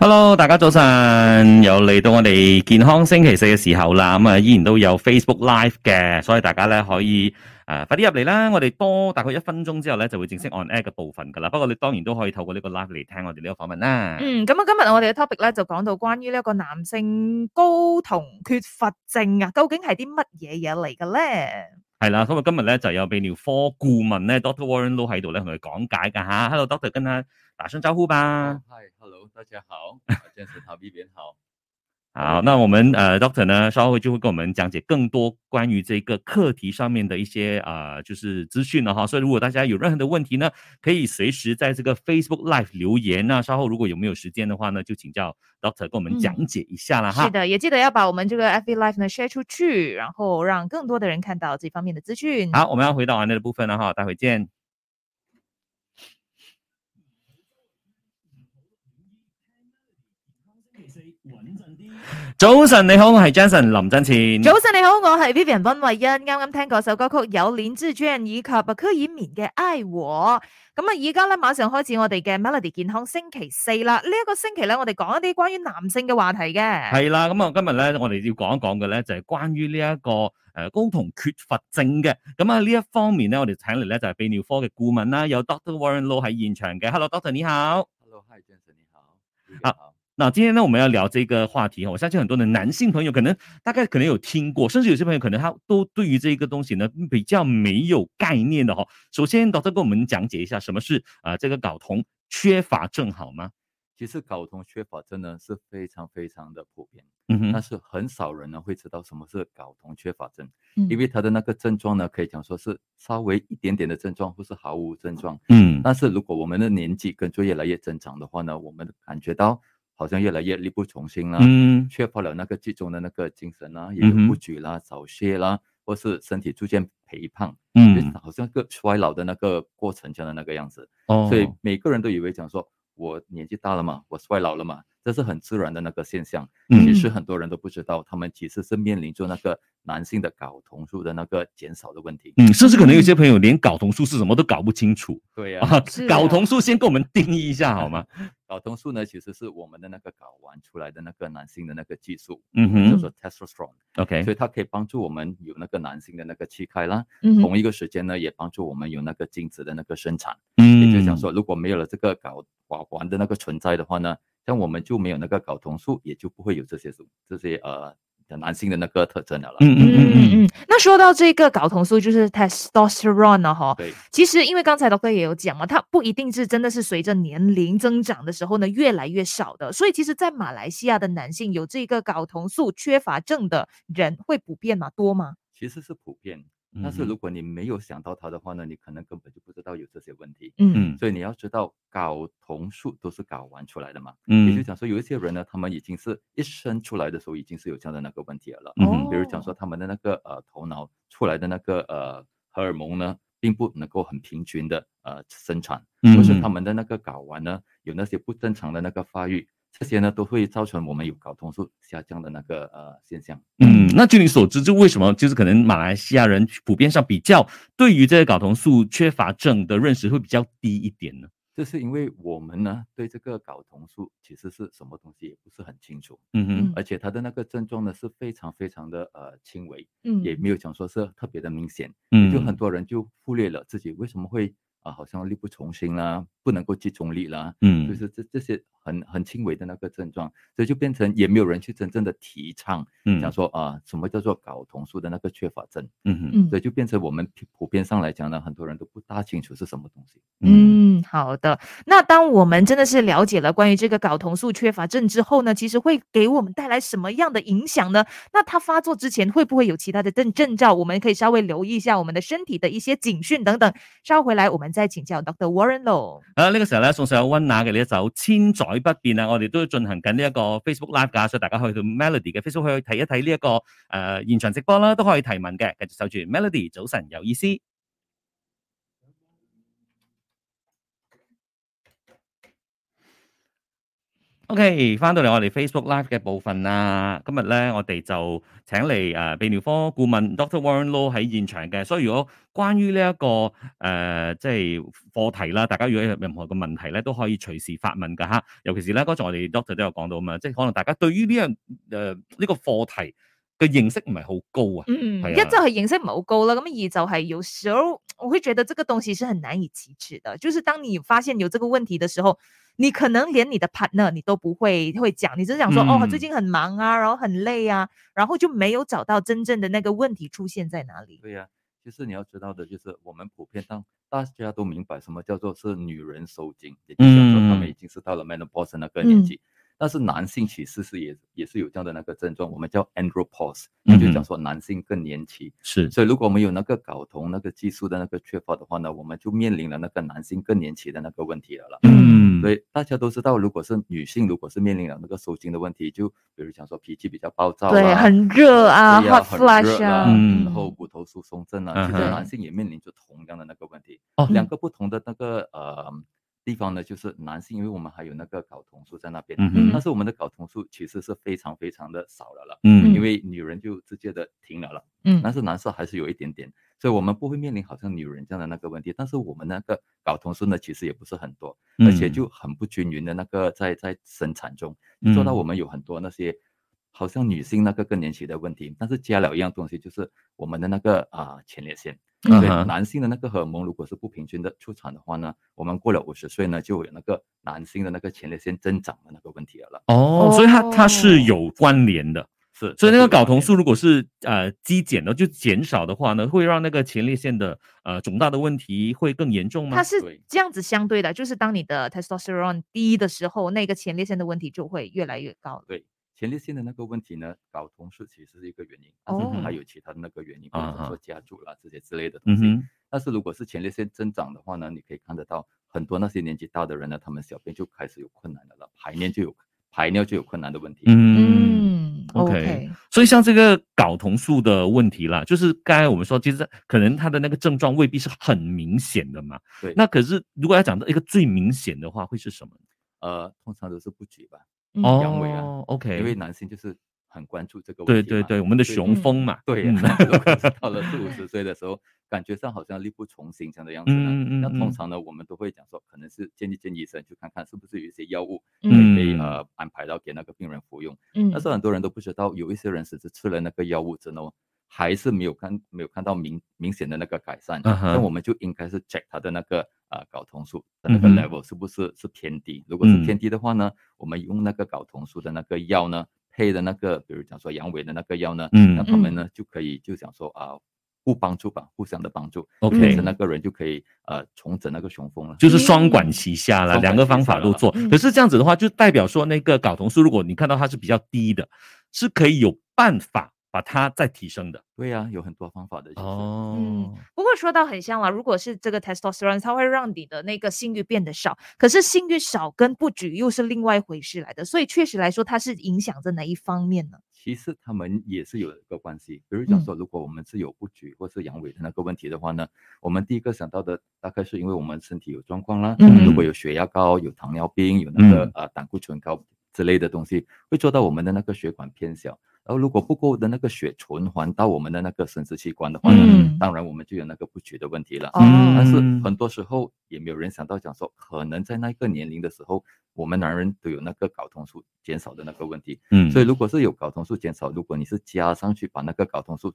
Hello，大家早晨，又嚟到我哋健康星期四嘅時候啦，咁啊依然都有 Facebook Live 嘅，所以大家咧可以诶、呃快啲入嚟啦，我哋多大概一分鐘之後咧就會正式 on air 嘅部分噶啦，不過你當然都可以透過呢個 live 嚟聽我哋呢個訪問啦。嗯，咁啊，今日我哋嘅 topic 咧就講到關於呢一個男性睾酮缺乏症啊，究竟係啲乜嘢嘢嚟嘅咧？係啦，咁啊今日咧就有泌尿科顧問咧 Dr. Warren Low 喺度咧同佢講解㗎吓。Hello，Dr. 跟他打聲招呼吧。嗨，Hello，大哦家好，啊健身好 B B 好。好，那我们呃，Doctor 呢，稍后就会跟我们讲解更多关于这个课题上面的一些呃，就是资讯了哈。所以如果大家有任何的问题呢，可以随时在这个 Facebook Live 留言。那稍后如果有没有时间的话呢，就请教 Doctor 跟我们讲解一下啦啊哈。是的，也记得要把我们这个 FB Live 呢 share 出去，然后让更多的人看到这方面的资讯。好，我们要回到安内的部分了哈，待会见。早晨，你好，我系 Jason 林振前。早晨你好，我係 Vivian 温慧欣，啱啱聽過首歌曲《有戀之主人》以及啊柯以眠嘅《愛我》。咁啊，而家咧馬上開始我哋嘅 Melody 健康星期四啦。呢、一個星期咧，我哋講一啲關於男性嘅話題嘅。系啦，咁啊，今日咧，我哋要講一講嘅咧，就係關於呢一個诶睾酮缺乏症嘅。咁啊，呢一方面咧，我哋請嚟咧就係泌尿科嘅顧問啦，有 Dr. Warren Low 喺現場嘅。Hello，Doctor 你好。 Hello，嗨，健身你好，B B 啊好。那今天呢，我們要聊這個話題，哦我相信很多的男性朋友可能大概可能有聽過，甚至有些朋友可能他都對於這個東西呢嗯比較沒有概念的哈。哦首先，Doctor 跟我們講解一下什麼是啊、呃、这个睾酮缺乏症好嗎？其实睾酮缺乏症呢是非常非常的普遍，嗯哼但，是很少人呢会知道什么是睾酮缺乏症，嗯因为它的那个症状呢可以讲说是稍微一点点的症状，或是毫无症状。嗯但是如果我们的年纪跟着越来越增长的话呢，我们感觉到好像越来越力不从心了。嗯缺乏了那个集中的那个精神啦、也有嗯哼不举啦、早泄啦，或是身体逐渐肥胖，就是嗯，好像个衰老的那个过程中的那个样子。哦所以每个人都以为讲说，我年纪大了嘛，我衰老了嘛，这是很自然的那个现象。其实嗯很多人都不知道，他们其实是面临着那个男性的睾酮素的那个减少的问题。嗯，甚至可能有些朋友连睾酮素是什么都搞不清楚对呀、啊。是睾啊酮素先跟我们定义一下啊好吗？ 睾酮素呢其实是我们的那个睾丸出来的那个男性的那个激素，嗯哎哼叫做 testosterone，、 ，OK，所以它可以帮助我们有那个男性的那个气概啦。嗯哼同一个时间呢，也帮助我们有那个精子的那个生产。也嗯，就是讲说，如果没有了这个睾睾丸的那个存在的话呢，像我们就没有那个睾酮素，也就不会有这些素这些呃男性的那个特征了啦。嗯嗯嗯嗯嗯嗯，那说到这个睾酮素，就是 testosterone 呢，哈，对，其实因为刚才 d o 也有讲嘛，它不一定是真的是随着年龄增长的时候呢越来越少的，所以其实，在马来西亚的男性有这个睾酮素缺乏症的人会普遍吗？多吗？其实是普遍。嗯，但是如果你没有想到它的话呢，你可能根本就不知道有这些问题。嗯嗯所以你要知道，睾酮素都是睾丸出来的嘛。也就嗯讲说，有一些人呢，他们已经是一生出来的时候已经是有这样的那个问题了啦。嗯哼哦比如讲说他们的那个呃头脑出来的那个呃荷尔蒙呢，并不能够很平均的呃生产，嗯或是他们的那个睾丸呢有那些不正常的那个发育，这些呢都会造成我们有睾酮素下降的那个呃现象。嗯，那据你所知，就为什么就是可能马来西亚人普遍上比较对于这个睾酮素缺乏症的认识会比较低一点呢？这是因为我们呢对这个睾酮素其实是什么东西也不是很清楚，嗯哼，嗯而且它的那个症状呢是非常非常的呃轻微，嗯也没有讲说是特别的明显。嗯，就很多人就忽略了自己为什么会啊、好像力不从心啦，不能够集中力啦，嗯，就是这这些很很轻微的那个症状，所以就变成也没有人去真正的提倡，嗯讲说啊、什么叫做睾酮素的那个缺乏症，嗯哼嗯所以就变成我们普普遍上来讲呢，很多人都不大清楚是什么东西。嗯嗯，好的。那当我们真的是了解了关于这个睾酮素缺乏症之后呢，其实会给我们带来什么样的影响呢？那它发作之前会不会有其他的症症兆？我们可以稍微留意一下我们的身体的一些警讯等等。稍回来我们再请教 Dr. Warren 喽。啊！呢、個時候咧，送上有温雅嘅呢一首《千載不變》啊！我哋都進行緊呢一個 Facebook Live 㗎，所以大家可以到 Melody 嘅 Facebook 去睇一睇呢一個誒、呃、現場直播啦，都可以提問嘅。繼續守住 Melody，早晨有意思。 OK，翻到嚟我哋 Facebook Live 嘅部分啦，今日咧我哋就請嚟誒、呃泌尿科顧問 Dr. Warren Law 喺現場嘅，所以如果關於呢、一個誒、呃即係課題啦，大家如果有任何嘅問題咧，都可以隨時發問㗎嚇。尤其是咧，剛才我哋 Doctor 都有講到啊嘛，即係可能大家對於呢樣誒呃呢個課題嘅認識唔係好高啊。嗯，係一啊就係認識唔係好高啦，咁二就係有時候我會覺得這個東西是很難以啟齒的，就是當你發現有這個問題的時候，你可能連你的 partner 你都不會會講，你只是想說、哦嗯最近很忙啊，然後很累啊，然后就沒有找到真正的那個問題出現在哪裡。对呀、就是你要知道的，就是我们普遍当大家都明白什么叫做是女人收精，也就是说他嗯们已经是到了 menopause 那个嗯年纪。但是男性其实是也也是有这样的那个症状，我们叫 andropause，也就嗯哼讲说男性更年期。是所以如果我们有那个睾酮那个激素的那个缺乏的话呢，我们就面临了那个男性更年期的那个问题了啦。嗯，所以大家都知道，如果是女性，如果是面临了那个收精的问题，就比如讲说脾气比较暴躁对，啦很热啊对呀，hot 很热 flash 啦啊，嗯然后骨头疏松症嗯啊，其哼实男性也面临着同样的那个问题。哦两个不同的那个呃地方呢，就是男性，因为我们还有那个睾酮素在那边，嗯哼但是我们的睾酮素其实是非常非常的少了啦，嗯因为女人就直接的停了了，嗯但是男生还是有一点点。所以我们不会面临好像女人这样的那个问题，但是我们那个睾酮素呢，其实也不是很多，嗯而且就很不均匀的那个在在生产中，做嗯到我们有很多那些好像女性那个更年期的问题，但是加了一样东西，就是我们的那个啊、前列腺。嗯对哼，男性的那个荷尔蒙如果是不平均的出产的话呢，我们过了五十岁呢，就有那个男性的那个前列腺增长的那个问题了啦。哦，所以它它哦是有关联的。是，所以那这是个有睾关酮联素如果是呃激减的，就减少的话呢，会让那个前列腺的呃肿大的问题会更严重吗它？是对这样子相对的，就是当你的 testosterone 低的时候，那个前列腺的问题就会越来越高了。对前列腺的那个问题呢，睾酮素其实是一个原因，但是哦还有其他的那个原因，比啊如哈说家族啦这些之类的东嗯西。哼，但是如果是前列腺增长的话呢，你可以看得到很多那些年纪大的人呢，他们小便就开始有困难的了，排尿就有排尿就有困难的问题。嗯。，OK ，OK，所以像这个睾酮素的问题啦，就是刚才我们说，其实可能它的那个症状未必是很明显的嘛。对那可是如果要讲到一个最明显的话，会是什么？呃，通常都是不举吧，嗯阳痿啊哦，OK，因为男性就是很关注这个问对题对嘛对，我们的所以雄风嘛， 对嗯呀、如果是到了四五十岁的时候，感觉上好像力不从心这样的样子呢。嗯嗯那嗯通常呢，我们都会讲说，可能是建议建议医生去看看是不是有一些药物可嗯以被、嗯呃安排到给那个病人服用。嗯但是很多人都不知道，有一些人只是吃了那个药物之后，还是没有看没有看到明明显的那个改善。嗯哼那我们就应该是 check 他的那个呃睾酮素的那个嗯哼 level 是不是是偏低。如果是嗯偏低的话呢，我们用那个睾酮素的那个药呢，配的那个比如讲说阳痿的那个药呢， 嗯那他们呢就可以就想说啊。互帮助吧，互相的帮助，嗯变 OK，成那个人就可以呃重整那个雄风了。就是双管齐下了，双管两个方法都做。嗯齐下啦可是这样子的话，就代表说那个睾酮素，如果你看到它是比较低的，是可以有办法把它再提升的。对呀、有很多方法的。其实，哦，不过说到很像啦，如果是这个 testosterone，它会让你的那个性欲变得少，可是性欲少跟不举又是另外一回事来的，所以确实来说，它是影响着哪一方面呢？其实他们也是有一个关系。比如讲嗯说，如果我们是有不举或是阳痿的那个问题的话呢，我们第一个想到的大概是因为我们身体有状况啦，嗯如果有血压高、有糖尿病、有那个嗯呃胆固醇高之类的东西，会做到我们的那个血管偏小。然后如果不够的那个血循环到我们的那个生殖器官的话呢，嗯当然我们就有那个不举的问题了。嗯哦，但是很多时候也没有人想到讲说，可能在那个年龄的时候，我们男人都有那个睾酮素减少的那个问题。嗯，所以如果是有睾酮素减少，如果你是加上去把那个睾酮素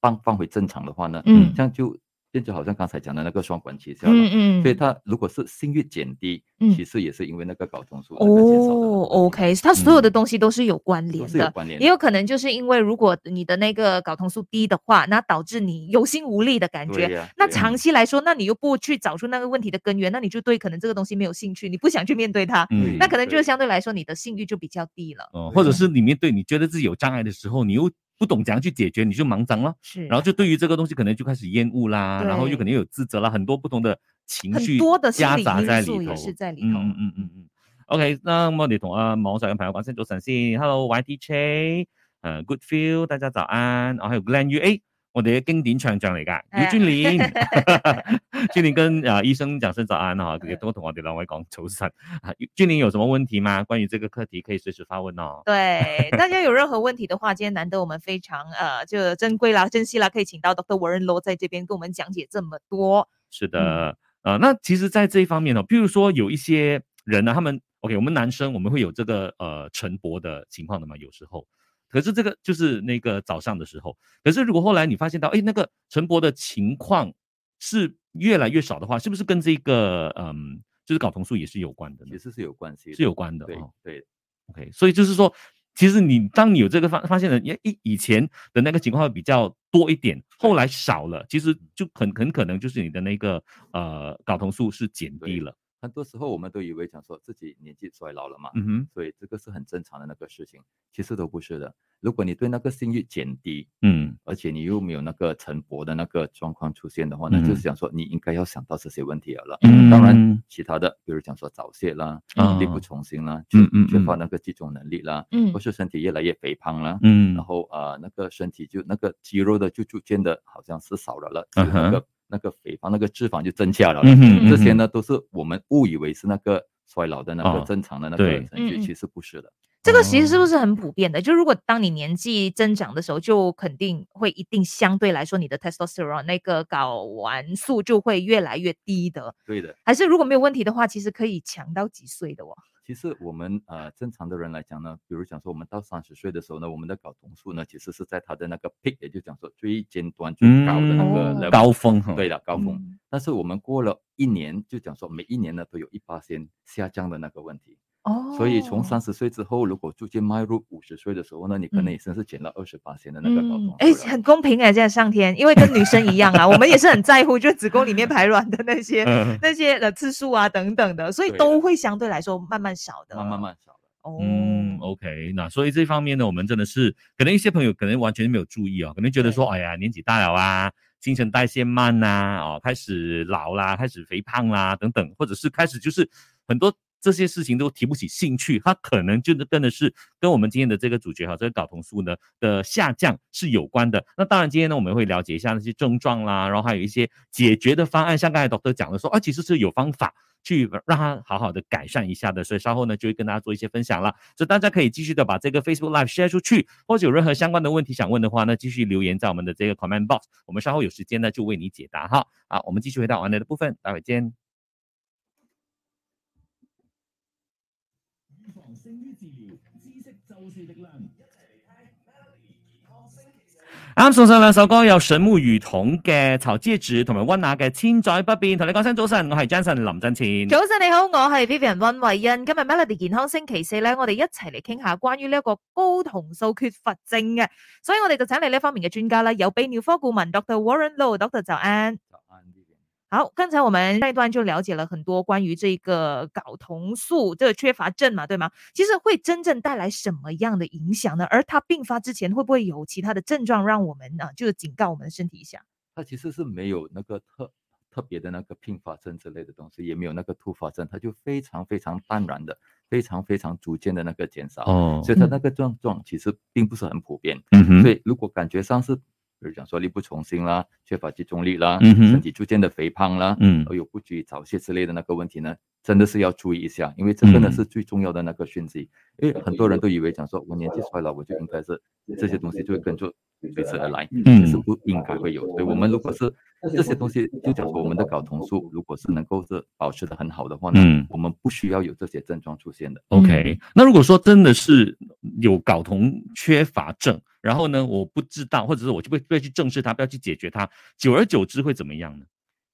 放放回正常的话呢，嗯这样就变成好像刚才讲的那个双管齐下了。嗯嗯，所以它如果是性欲减低，嗯其实也是因为那个睾酮素那个减少的那个哦问题，OK，它所有的嗯东西都是有关都联是有的。关联的，也有可能就是因为如果你的那个睾酮素低的话，那导致你有心无力的感觉对。呀、那对呀长期来说，那你又不去找出那个问题的根源，那你就对可能这个东西没有兴趣，你不想去面对它，嗯那可能就是对相对来说你的性欲就比较低了。哦，或者是里面对你觉得自己有障碍的时候，你又不懂怎样去解决，你就忙张了，是，然后就对于这个东西可能就开始厌恶啦，对然后又可能有自责啦，很多不同的情很绪多的心夹理杂在因里素头也。是在里嗯头。嗯嗯嗯嗯。OK，那我哋同啊網上嘅朋友講聲早晨先。Hello YT Che，誒、Good 啊 Feel，大家早安。然後還有 Glenn Yu，誒、我哋嘅經典唱將嚟㗎，哎姚尊玲， 尊玲跟啊、呃醫生講聲早安嗯哈，亦都同我哋兩位講早晨。啊尊玲有什麼問題嗎？關於這個課題可以隨時發問哦。对，大家有任何问题的话，今天难得我们非常呃就珍贵啦、珍惜啦，可以请到 Dr. Warren Low 在这边跟我们讲解这么多。是的，嗯呃，那其实，在这一方面呢，譬如说有一些人呢，他们 OK，我们男生我们会有这个呃晨勃的情况的嘛，有时候。可是这个就是那个早上的时候，可是如果后来你发现到，哎，那个晨勃的情况是越来越少的话，是不是跟这个嗯，就是睾酮素也是有关的呢其？实是有关系的，是有关的、对哦。对 OK，所以就是说，其实你当你有这个发发现了，也以以前的那个情况会比较多一点，后来少了，其实就很很可能就是你的那个呃睾酮素是减低对了。很多时候我们都以为讲说自己年纪衰老了嘛，嗯哼，所以这个是很正常的那个事情，其实都不是的。如果你对那个性欲减低，嗯而且你又没有那个晨勃的那个状况出现的话呢，嗯就是想说你应该要想到这些问题了啦。嗯，当然，其他的，比如讲说早泄啦、啊力不从心啦、嗯缺嗯缺乏那个集中能力啦，嗯或是身体越来越肥胖啦，嗯然后呃那个身体就那个肌肉的就逐渐的好像是少了了，就嗯哼那个那个肥胖那个脂肪就增加了啦。嗯哼，这些嗯哼呢都是我们误以为是那个衰老的那哦个正常的那个对程序，嗯嗯其实不是的。嗯这个其实是哦不是很普遍的？就如果当你年纪增长的时候，就肯定会一定相对来说，你的 testosterone 那个睾丸素就会越来越低的。对的，还是如果没有问题的话，其实可以强到几岁的哦。其实我们呃正常的人来讲呢，比如讲说我们到三十岁的时候呢，我们的睾酮素呢其实是在它的那个 peak，也就讲说最尖端最高的呃那个嗯 level，、高峰哈，对的高峰。嗯但是我们过了一年，就讲说每一年呢都有一八先下降的那个问题。哦，所以从三十岁之后，如果逐渐迈入五十岁的时候呢，你可嗯能也真是减了二十八先的那个睾酮嗯素了。，哎，很公平哎、这样上天，因为跟女生一样啊，我们也是很在乎，就子宫里面排卵的那些、 嗯那些的次数啊等等的，所以对都的会相对来说慢慢少的。慢慢慢少了。哦，嗯，OK，那所以这方面呢，我们真的是可能一些朋友可能完全没有注意哦，可能觉得说，哎呀，年纪大了啊，新陈代谢慢呐、哦，开始老啦，开始肥胖啦，等等，或者是开始就是很多这些事情都提不起兴趣，它可能就是真的是跟我们今天的这个主角哈，这个睾酮素呢的下降是有关的。那当然，今天呢我们会了解一下那些症状啦，然后还有一些解决的方案，像刚才 doctor 讲的说，啊，其实是有方法。去让它好好的改善一下的，所以稍后呢就会跟大家做一些分享了，所以大家可以继续的把这个 Facebook Live share 出去，或者有任何相关的问题想问的话呢，继续留言在我们的这个 comment box，我们稍后有时间呢就为你解答哈。啊，我们继续回到完了的部分，待会见。防性於治療，知識就是力量。一齊嚟聽 Melody 健康星期四。啱送上兩首歌，有神木雨桐嘅《曹之主》同埋温雅嘅《千載不變》。同你講聲早晨，我係 Jason 林振前。早晨你好，我係 Vivian 温慧欣。今日 Melody 健康星期四咧，我哋一齊嚟傾下關於呢一個高酮素缺乏症嘅，所以我哋就請嚟呢方面嘅專家啦，有泌尿科顧問 Dr. Warren Low，Dr. 早安。早安，丽莲。好，刚才我们那一段就了解了很多关于这个睾酮素这个缺乏症嘛，对吗？其实会真正带来什么样的影响呢？而它并发之前会不会有其他的症状，让我们啊，就是警告我们的身体一下？它其实是没有那个特特别的那个并发症之类的东西，也没有那个突发症，它就非常非常淡然的，非常非常逐渐的那个减少。哦所以它嗯那个症状其实并不是很普遍。嗯哼所以如果感觉上是，比如讲说力不从心啦，缺乏集中力啦，嗯哼身体逐渐的肥胖啦，嗯呃而有不拘早泄之类的那个问题呢，真的是要注意一下，因为这个呢嗯是最重要的那个讯息。因为很多人都以为讲说我年纪衰老，我就应该是这些东西就会跟着随之而来，嗯其实不应该会有。所以啊我们如果是这些东西，就讲说我们的睾酮素如果是能够是保持的很好的话呢，嗯我们不需要有这些症状出现的。 OK，那如果说真的是有睾酮缺乏症，然后呢，我不知道，或者是我就不不要去正视它，不要去解决它，久而久之会怎么样呢？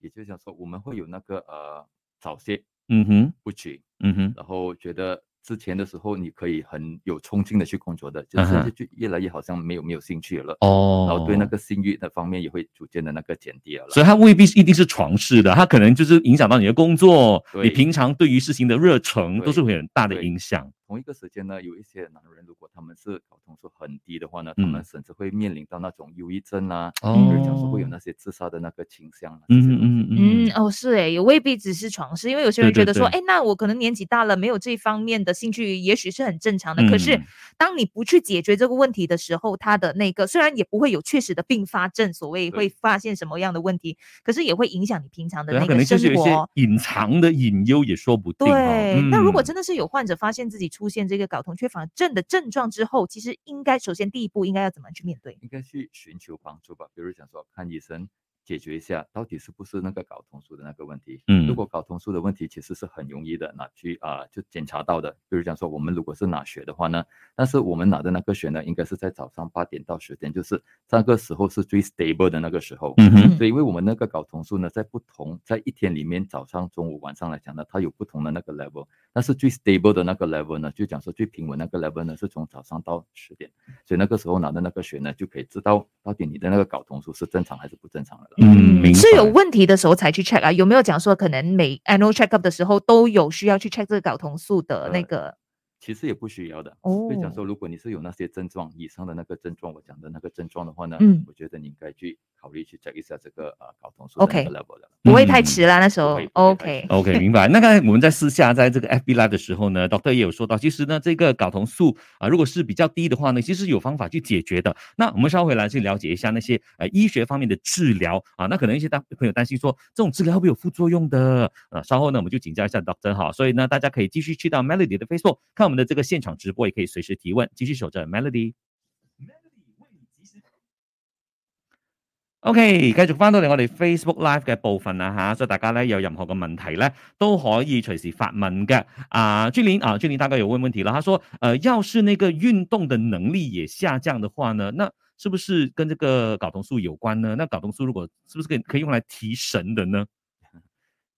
也就是讲说我们会有那个呃早泄嗯哼，不举，嗯哼，然后觉得之前的时候你可以很有冲劲的去工作的，就嗯哼是就越来越好像没有没有兴趣了，哦然后对那，个性欲那方面也会逐渐的那个减低了啦。所以它未必是一定是床事的，它可能就是影响到你的工作，你对平常对于事情的热忱对都是会有很大的对影响。同一个时间呢，有一些男人如果他们是睾酮素很低的话呢，他嗯们甚至会面临到那种忧郁症啊，比如讲是会有那些自杀的那个倾向啊，这些哦嗯东西嗯嗯嗯，哦，是诶，也未必只是床事，因为有些人对觉对得说，对哎，那我可能年纪大了，没有这方面的兴趣，也许是很正常的。可是嗯，当你不去解决这个问题的时候，他的那个虽然也不会有确实的并发症，所谓对会发现什么样的问题，可是也会影响你平常的对，他那可个能就生是有一些活。隐藏的隐忧也说不定对哦。，那如果嗯真的是有患者发现自己出现这个睾酮缺乏症的症状之后，其实应该首先第一步应该要怎么去面对？应该去寻求帮助吧，比如讲说看医生解决一下，到底是不是那个睾酮素的那个问题。嗯如果睾酮素的问题其实是很容易的拿去啊、就检查到的，比如讲说我们如果是拿血的话呢，但是我们拿的那个血呢，应该是在早上八点到十点，就是那个时候是最 stable 的那个时候。嗯哼所以，因为我们那个睾酮素呢，在不同在一天里面，早上、中午、晚上来讲呢，它有不同的那个 level。但是最 stable 的那个 level 呢，就讲说最平稳那个 level 呢，是从早上到十点。所以那个时候拿的那个血呢，就可以知道到底你的那个睾酮素是正常还是不正常的了。嗯明是有白问题的时候才去 check 啊？有没有讲说可能每 annual check up 的时候都有需要去 check 这个睾酮素的那呃个？其实也不需要的。哦嗯所以讲说，如果你是有那些症状以上的那个症状，我讲的那个症状的话呢，嗯我觉得你应该去考虑去 check 一下这个呃睾酮素 OK 的那个 level 了。不会太嗯迟啦，那时候会不会太 OK。迟 OK，明白。那刚才我们在私下在这个 FB Live 的时候呢，Doctor 也有说到，其实呢，这个睾酮素啊、如果是比较低的话呢，其实有方法去解决的。那我们稍回来去了解一下那些呃医学方面的治疗啊，那可能一些大朋友担心说这种治疗会不会有副作用的啊？稍后呢，我们就请教一下 Doctor 哈。所以呢，大家可以继续去到 Melody 的 Facebook 看我们的这个现场直播，也可以随时提问，继续守着 Melody。O.K. 繼續翻到嚟我哋 Facebook Live 嘅部分啦吓，所以大家咧有任何嘅問題咧都可以隨時發問嘅。啊，俊林啊，俊林大概有問問題啦，他說，呃，要是那個運動的能力也下降的話呢，那是不是跟這個睾酮素有關呢？那睾酮素如果是不是可以可以用來提神的呢？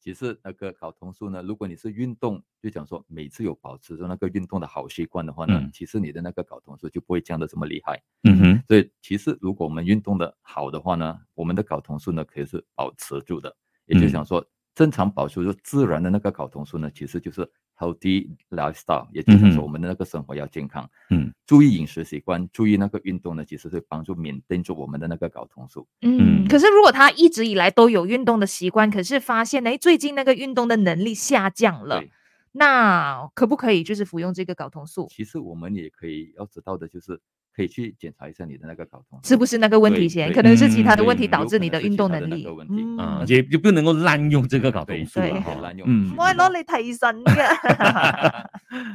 其实那个睾酮素呢，如果你是运动，就讲说每次有保持着那个运动的好习惯的话呢，嗯其实你的那个睾酮素就不会降得这么厉害。嗯哼，所以其实如果我们运动的好的话呢，我们的睾酮素呢可以是保持住的，也就嗯是想说正常保持住自然的那个睾酮素呢，其实就是 healthy lifestyle，也就是嗯哼说我们的那个生活要健康，嗯，注意饮食习惯，注意那个运动呢，其实会帮助免定住我们的那个睾酮素。嗯，嗯可是如果他一直以来都有运动的习惯，可是发现哎最近那个运动的能力下降了对，那可不可以就是服用这个睾酮素？其实我们也可以要知道的就是，可以去检查一下你的那个睾酮素是不是那个问题对先？对可能是其他的嗯问题对导有致可你能的是运其动他能的那力个问。题啊嗯，，也也不能夠濫用這個睾对酮素不啦能哈夠濫用嗯嗯我係攞嚟提神嘅。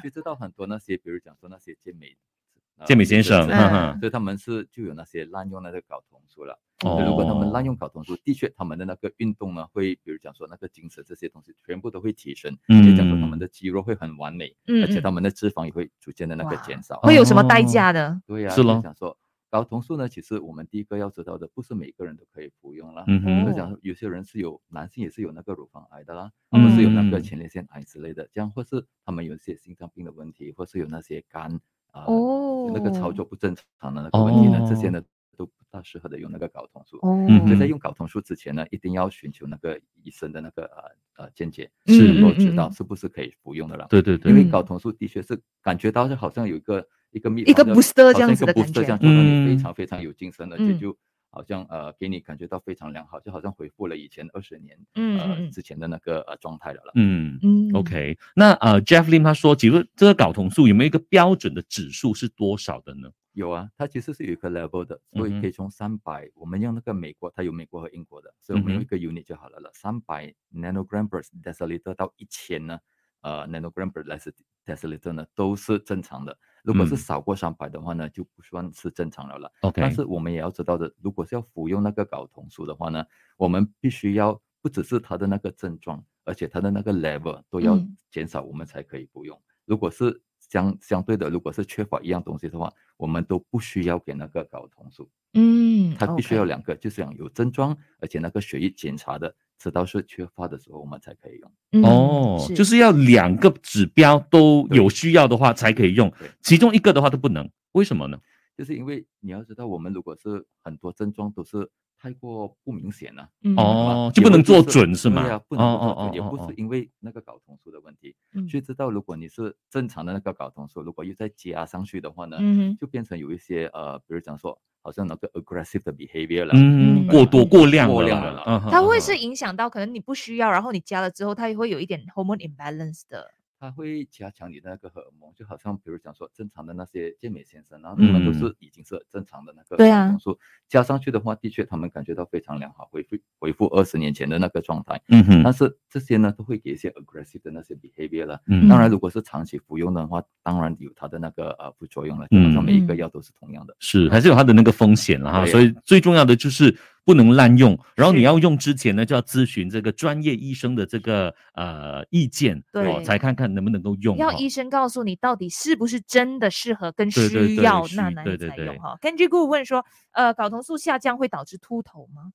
就知道很多那些，比如讲说那些健美，呃健美先生，就哈嗯是哈，所以他们是就有那些滥用那个睾酮素了。哦所以如果他们滥用睾酮素，的确他们的那个运动呢，会比如讲说那个精神这些东西全部都会提升，嗯就讲说他们的肌肉会很完美， 嗯而且嗯他们的脂肪也会逐渐的那个哇减少。会有什么代哦价的？对呀、是就咯想说睾酮素呢，其实我们第一个要知道的，不是每个人都可以服用啦。嗯就哼，讲说有些人是有男性也是有那个乳房癌的啦，哦他们是有那个嗯前列腺癌之类的，这样或是他们有一些心脏病的问题，或是有那些肝啊、哦，那个操作不正常的那个问题呢，这些哦呢都不大适合的用那个睾酮素。哦，嗯所以在嗯用睾酮素之前呢，一定要寻求那个医生的那个呃呃见解，是能够知嗯嗯道嗯是不是可以服用的啦。對對對因，为嗯睾酮素的确是感觉到是好像有一个一个密一个好像 booster 这好像样一子个的感 booster 觉这样就让你非嗯常非常有精神，而嗯且就好像呃给你感觉到非常良好，就好像回复了以前二十年嗯嗯呃嗯之前的那个呃状态了啦。嗯。嗯 OK，那呃，Jeff Lim 他说，其实这个睾酮素有没有一个标准的指数是多少的呢？有啊，它其实是有一个 level 的，所嗯以哼可以从三百，我们用那个美国，它有美国和英国的，所以我们用一嗯个 unit 就好了了，三百 nanogram per deciliter 到一千呢，呃 nanogram per deci- deciliter 呢都是正常的，如果嗯是少过三百的话呢，就不算是正常了啦。 OK，但是我们也要知道的，如果是要服用那个睾酮素的话呢，我们必须要不只是它的那个症状，而且它的那个 level 都要嗯减少，我们才可以服用。如果是相相对的，如果是缺乏一样东西的话，我们都不需要给那个睾酮素，嗯，它必须 OK 要两个，就是讲有症状，而且那个血液检查的知道是缺乏的时候，我们才可以用。嗯哦，就是要两个指标都有需要的话才可以用对，其中一个的话都不能，为什么呢？就是因为你要知道，我们如果是很多症状都是太过不明显了。嗯哦啊就不也能是做准是吗对啊，不能哦做哦准，也哦不哦是因为那个睾酮素的问题。嗯就知道如果你是正常的那个睾酮素，如果又再加上去的话呢，嗯哼就变成有一些呃，比如讲说好像那个 aggressive 的 behavior 了。嗯，嗯过多过量过量了了，嗯它哼会是影响到可能你不需要，然后你加了之后，它也会有一点 hormone imbalance 的。它会加强你的那个荷尔蒙，就好像比如讲说正常的那些健美先生啊，他们都嗯是已经是正常的那个对啊睾酮素，加上去的话，的确他们感觉到非常良好，恢复恢复二十年前的那个状态。嗯哼但，是这些呢，都会给一些 aggressive 的那些 behavior 了。嗯当然，如果是长期服用的话，当然有它的那个呃副作用了，就好像每一个嗯药都是同样的。是，还是有它的那个风险了哈，对所以最重要的就是不能滥用。然后是你要用之前呢，就要咨询这个专业医生的这个呃意见，对哦才看看能不能够用。要哦医生告诉你到底是不是真的适合跟对对需对要，需那那对你对才对用哈。根据顾问说，呃，睾酮素下降会导致秃头 吗？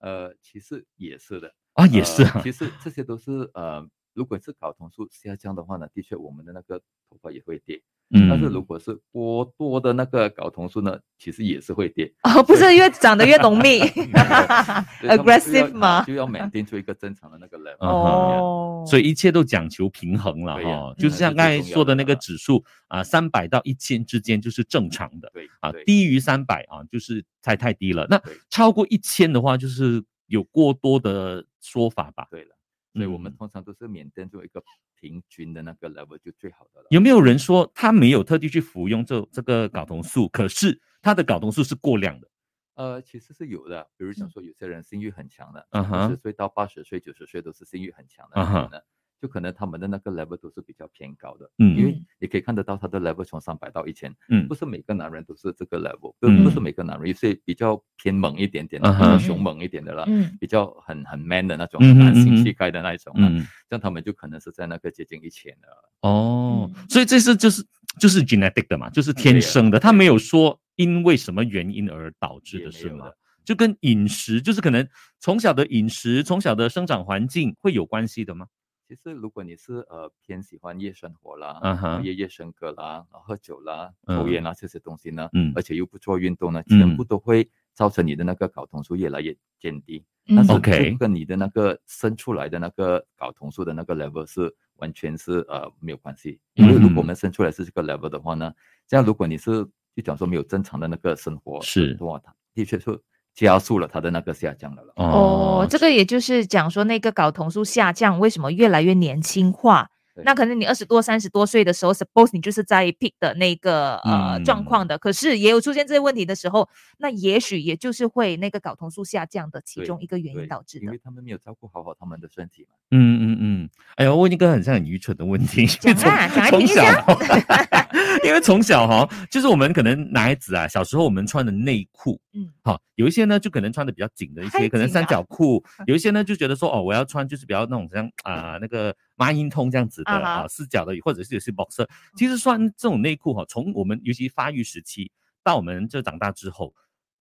呃，其实也是的，啊，也是呃啊，其实这些都是呃，如果是睾酮素下降的话呢，的确我们的那个头发也会跌。嗯，但是如果是过多的那个睾酮素呢，其实也是会跌。哦，不是，因为长得越 浓密所以他们就要，aggressive 啊吗？就要 maintain 出一个正常的 那个 level。嗯哼哦，所以一切都讲求平衡了哈、对呀嗯就是像这刚是最才重要说的的那个了指数啊，三百到一千之间就是正常的对啊对，低于三百啊就是太太低了。那对超过一千的话，就是有过多的说法吧？对了，所以我们嗯通常都是 maintain 出一个平均的那个 level 就最好的了。有没有人说他没有特地去服用这这个睾酮素，可是他的睾酮素是过量的？呃，其实是有的，比如讲说有些人性欲很强的，嗯五十哼，岁到八十岁、九十岁都是性欲很强的嗯人哼呢，就可能他们的那个 level 都是比较偏高的，因嗯为你可以看得到他的 level 从三百到一千，嗯不是每个男人都是这个 level，不嗯不是每个男人，有些比较偏猛一点点的，嗯比哼较凶猛一点的啦，嗯比较很很 man 的那种，嗯哼嗯男哼性气概的那一种啊，嗯，像他们就可能是在那个接近一千的了，哦，嗯所以这是就是就是 genetic 的嘛，就是天对呀生的，他没有说因为什么原因而导致也的没是有吗的？就跟饮食，就是可能从小的饮食、从小的生长环境会有关系的吗？其实如果你是呃偏喜欢夜生活啦，嗯哼夜夜笙歌啦，然后喝酒啦、抽烟啦、这些东西呢，嗯而且又不做运动呢，嗯全部都会造成你的那个睾酮素越来越减低。嗯但是 OK 这跟你的那个生出来的那个睾酮素的那个 level 是完全是呃没有关系，因为如嗯哼果我们生出来是这个 level 的话呢，这样如果你是就讲说没有正常的那个生活是的话，它的确是加速了它的那个下降了了。哦，这个也就是讲说那个睾酮素下降，为什么越来越年轻化？对那可能你二十多、三十多岁的时候，suppose 你就是在 peak 的那个呃、状况的，可是也有出现这些问题的时候，那也许也就是会那个睾酮素下降的其对中一个原因对导致因的为。他们没有照顾好好他们的身体嘛。嗯嗯嗯，哎呀，我问一个很像很愚蠢的问题，讲啊讲 来从听一小下， 因为从小哈，就是我们可能男孩子啊，小时候我们穿的内裤，嗯，好，有一些呢就可能穿的比较紧的一太些，可能紧啊三了角 裤，有一些呢就觉得说哦，我要穿就是比较那种像啊、那个孖音通这样子的啊哈啊、四角的，或者是有些 boxer。其实算这种内裤哈，从我们尤其发育时期到我们这长大之后，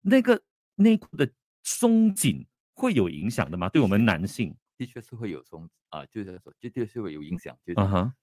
那个内裤的松紧会有影响的吗？对我们男性？的确是会有松啊、就是说，的确是会有影响。就是、嗯哼，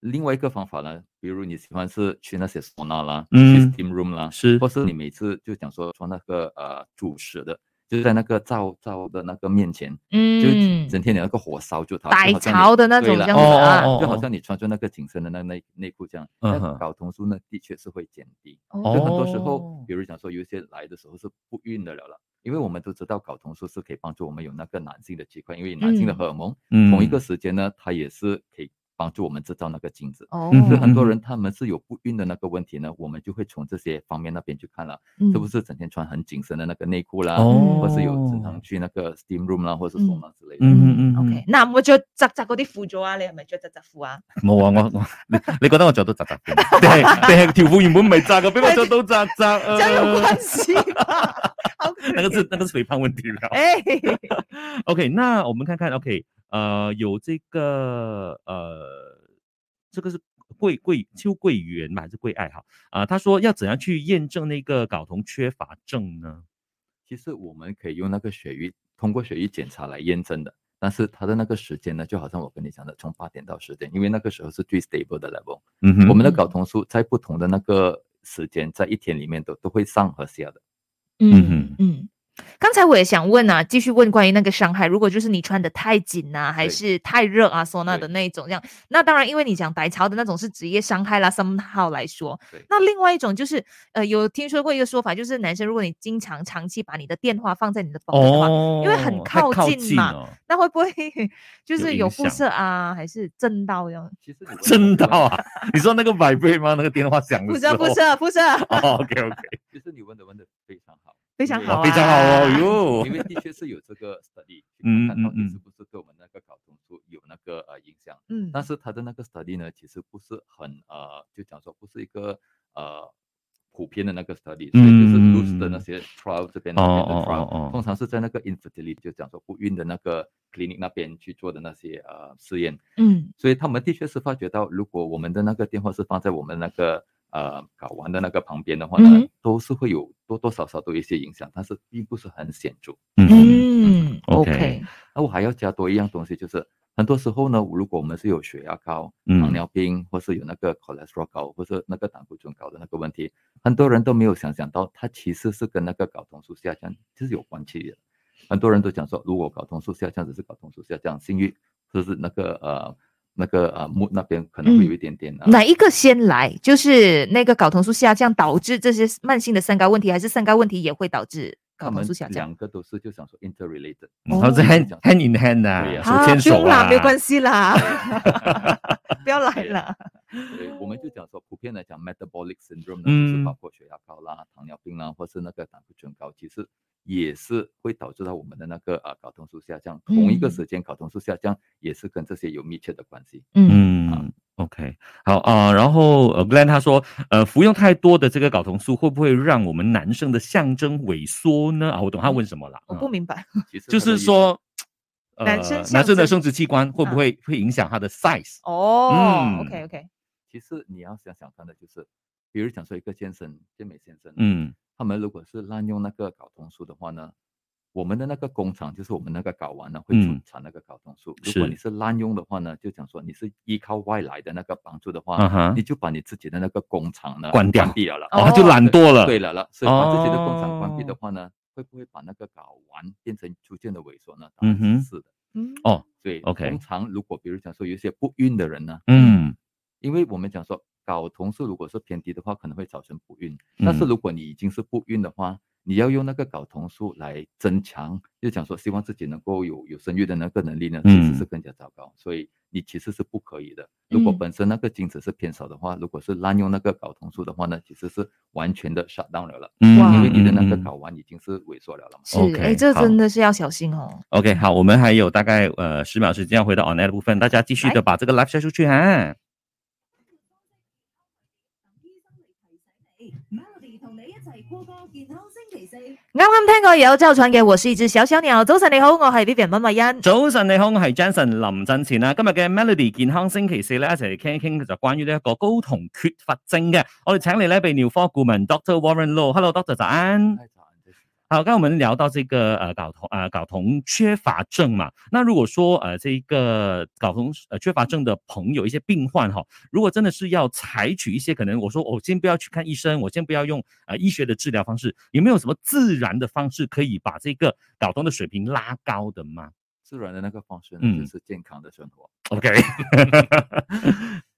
另外一个方法呢，比如你喜欢是去那些 sauna 啦，去嗯 steam room 啦，是或是你每次就讲说穿那个呃主食的，就是在那个灶灶的那个面前，嗯就，整天有那个火烧住它，百就好像你潮的那种对这了样子啊，哦就好像你穿着那个紧身的那内内裤这样，嗯那哼睾酮素呢的确是会减低。哦就哦很多时哦候，比如讲说有一些来的时候是不孕的了了，因为我们都知道睾酮素是可以帮助我们有那个男性的器官，因为男性的嗯荷尔蒙、嗯同一个时间呢，它也是可以帮助我们制造那个精子。哦嗯所以很多嗯人他们是有不孕的那个问题呢，我们就会从这些方面那边去看了，是不嗯是整天穿很紧身的那个内裤啦，哦，啊或是有经常去那个 steam room 啦，或是嗯 sauna 之类嗯的。嗯嗯嗯 OK，嗱，我着窄窄嗰啲褲咗啊，你係咪着窄窄褲啊？冇啊，我我你你覺得我着到扎扎 嘅，定係定係條褲原本唔係扎嘅，俾我着到扎扎。這樣有呃關係吧？好可那个是憐那个是肥胖問題 了。哎， OK，那我們看看 OK，呃，有這個呃，這個是桂桂邱桂圆嘛，還是桂愛好啊、他说要怎樣去驗證那個睾酮缺乏症呢？其实我们可以用那个血液，通过血液检查来验证的。但是它的那个时间呢，就好像我跟你讲的，从八点到十点，因为那个时候是最 stable 的 level。嗯哼，我们的嗯睾酮素在不同的那个时间，在一天里面都都会上和下的。嗯嗯。刚才我也想问啊，继续问关于那个伤害，如果就是你穿的太紧呐、还对是太热啊，索纳对的那一种这样，那当然，因为你讲白潮的那种是职业伤害啦，somehow 来说对，那另外一种就是呃，有听说过一个说法，就是男生如果你经常长期把你的电话放在你的包的话，哦，因为很太靠靠近近嘛哦，那会不会就是有有影辐响哦射啊，还是震到这样？其实你问我真的这个问啊？你说那个 vibrate 吗？那个电话响的辐时候，射，辐射，辐射，哦，OK OK，其实你问的问的非常好，啊非常对好、啊，非常好 哦，因哟，为的确是有这个 study 去嗯看到嗯底嗯是不是对我们那个睾酮素有那个呃影响。嗯，但是它的那个 study 呢，其实不是很呃，就讲说不是一个呃普遍的那个 study，所以就是嗯 Roots 的那些 trial 这边那哦边的哦 trial，、哦哦通常是在那个 infertility 就讲说不孕的那个 clinic 那边去做的那些呃试验，嗯所以他们的确是发觉到，如果我们的那个电话是放在我们那个呃睾丸的那个旁边的话呢，嗯哼都是会有多多少少都有一些影响，但是并不是很显著。嗯嗯，OK ，OK，那我还要加多一样东西，就是很多时候呢，如果我们是有血压高、糖嗯，尿病，或是有那个 cholesterol 高，或是那个胆固醇高的那个问题，很多人都没有想想到，它其实是跟那个睾酮素下降这是有关系的。很多人都讲说，如果睾酮素下降，只是睾酮素下降，性欲就是那个呃那个呃木那边可能会嗯有一点点啊。哪一个先来？就是那个睾酮素下降导致这些慢性的三高问题，还是三高问题也会导致他睾酮们素下降？两个都是就想说 interrelated，然后是哦 hand hand in hand 对啊，呀嗯手牵手不用啦，啊，没关 系啦，不要来啊了。对，我们就讲说，普遍来讲，metabolic syndrome 呢，嗯就是包括血压高啦、糖尿病啦，或是那个胆固醇高，其实也是会导致到我们的那个啊睾酮素下降。同一个嗯时间，睾酮素下降也是跟这些有密切的关系。嗯嗯，OK，好啊、然后呃，Glenn 他说，呃，服用太多的这个睾酮素会不会让我们男生的象征萎缩呢？啊，我懂他问什么了，哦我不明嗯白。其实就它的是意思说，呃，男生男生的象征生殖器官会啊不会、会影响他的 size？哦嗯，OK OK，其实你要想想看的就是，比如讲说一个健身健美先生，，嗯他们如果是滥用那个睾酮素的话呢，我们的那个工厂就是我们那个睾丸呢会嗯产产那个睾酮素。如果是你是滥用的话呢，就讲说你是依靠外来的那个帮助的话，啊哈你，就把你自己的那个工厂呢关掉闭了了。哦，他就懒惰了，对了了，所以把自己的工厂关闭的哦话呢，会不会把那个睾丸变成逐渐的萎缩呢？当然嗯哼是是的。嗯，哦，所以 OK 通常如果比如讲说有一些不孕的人呢，嗯，因为我们讲说睾酮素如果是偏低的话，可能会造成不孕。但是嗯如果你已经是不孕的话，你要用那个睾酮素来增强，就讲说希望自己能够有有生育的那个能力呢，其实是嗯更加糟糕。所以你其实是不可以的。如果嗯本身那个精子是偏少的话，如果是滥用那个睾酮素的话呢，其实是完全的 shut down 了了，嗯哇因为你的那个嗯嗯睾丸已经是萎缩了了嘛。是， OK，哎，这好真的是要小心哦。 OK，好，我们还有大概呃十秒时间要回到 online 的部分，大家继续的来把这个 live 晒出去啊哈。 Melody 同你一齊過個健康星期四。啱啱聽過有周傳嘅《我是一隻小小鳥》，早晨你好，我係 Vivian 温慧欣。早晨，你好，我係 Jason 林振前啊啦。今日嘅 Melody 健康星期四咧，一齊嚟傾一傾就關於呢一個高酮缺乏症嘅。我哋請嚟咧泌尿科顧問 Dr. Warren Low。Hello, Dr. 早安。太早了这是好，刚刚我们聊到这个呃睾酮呃睾酮缺乏症嘛，那如果说呃这个睾酮呃缺乏症的朋友一些病患哈、如果真的是要采取一些可能我说我、先不要去看医生，我先不要用呃医学的治疗方式，有没有什么自然的方式可以把这个睾酮的水平拉高的吗自然的那个方式呢，嗯就是健康的生活。 ？OK，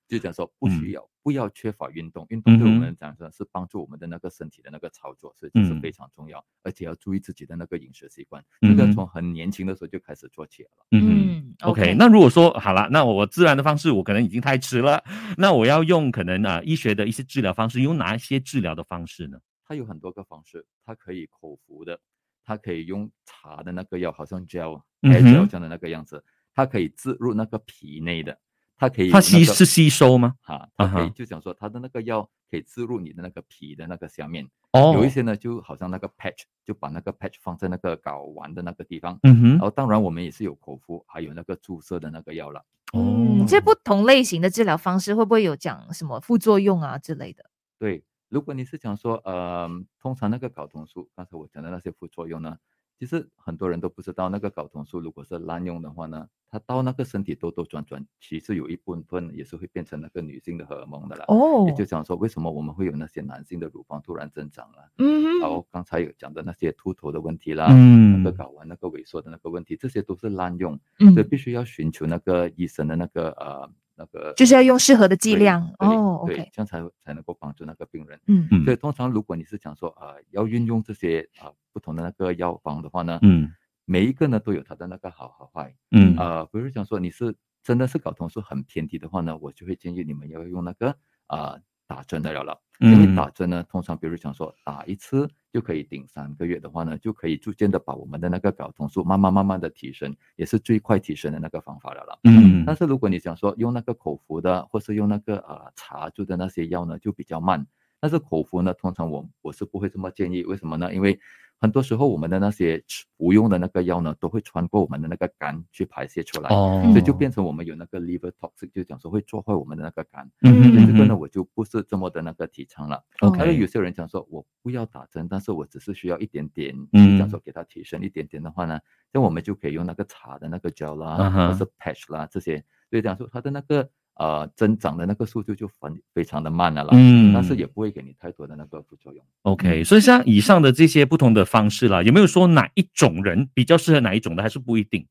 就讲说不需嗯要、不要缺乏运动，运动对我嗯哼们来讲呢是帮助我们的那个身体的那个操作，所以这是嗯非常重要，而且要注意自己的那个饮食习惯，这嗯个哼从很年轻的时候就开始做起了。嗯哼。OK，那如果说好了，那我自然的方式我可能已经太迟了，那我要用可能啊、呃、医学的一些治疗方式，用哪一些治疗的方式呢？它有很多个方式，它可以口服的，它可以用茶的那个药，好像 gel、嗯 hair 哼 gel 这样的那个样子，它可以置入那个皮内的，它可以它有吸那个是吸收吗？啊，啊它可以哈就讲说它的那个药可以置入你的那个皮的那个下面，哦，有一些呢就好像那个 patch，就把那个 patch 放在那个睾丸的那个地方。嗯哼然，后当然我们也是有口服，还有那个注射的那个药了。嗯，这哦不同类型的治疗方式会不会有讲什么副作用啊之类的？对，如果你是讲说，呃，通常那个睾酮素，刚才我讲的那些副作用呢，其实很多人都不知道，那个睾酮素如果是滥用的话呢，它到那个身体兜兜转转，其实有一部分也是会变成那个女性的荷尔蒙的啦。哦也，就讲说，为什么我们会有那些男性的乳房突然增长了，嗯哼，然后刚才有讲的那些秃头的问题啦，嗯啊那个睾丸那个萎缩的那个问题，这些都是滥用，所以嗯，必须要寻求那个医生的那个呃那个就是要用适合的剂对量对哦对，OK，这样才会才能够帮助那个病人。嗯嗯所以通常如果你是讲说呃要运用这些呃不同的那个药方的话呢，嗯每一个呢都有它的那个好和坏。嗯呃，比如讲说你是真的是睾酮素很偏低的话呢，我就会建议你们要用那个啊、呃打针的了了。因为嗯打针呢，通常比如讲说打一次就可以顶三个月的话呢，就可以逐渐的把我们的那个睾酮素慢慢慢慢的提升，也是最快提升的那个方法了啦。嗯但是如果你想说用那个口服的，或是用那个呃茶做的那些药呢，就比较慢。但是口服呢，通常我我是不会这么建议，为什么呢？因为很多时候我们的那些吃服用的那个药呢，都会穿过我们的那个肝去排泄出来，哦，所以就变成我们有那个 liver toxic，就讲说会做坏我们的那个肝。所以嗯这个呢，嗯我就不是这么的那个提倡了。 OK 但是有些人讲说，我不要打针，但是我只是需要一点点，嗯嗯，讲说给它提升一点点的话呢，那我们就可以用那个茶的那个胶啊啦，哈或是 patch 啦这些，所以讲说它的那个呃增长的那个速度就非非常的慢了啦。嗯但是也不会给你太多的那个副作用。 OK，所以像以上的这些不同的方式啦，有没有说哪一种人比较适合哪一种的，还是不一定？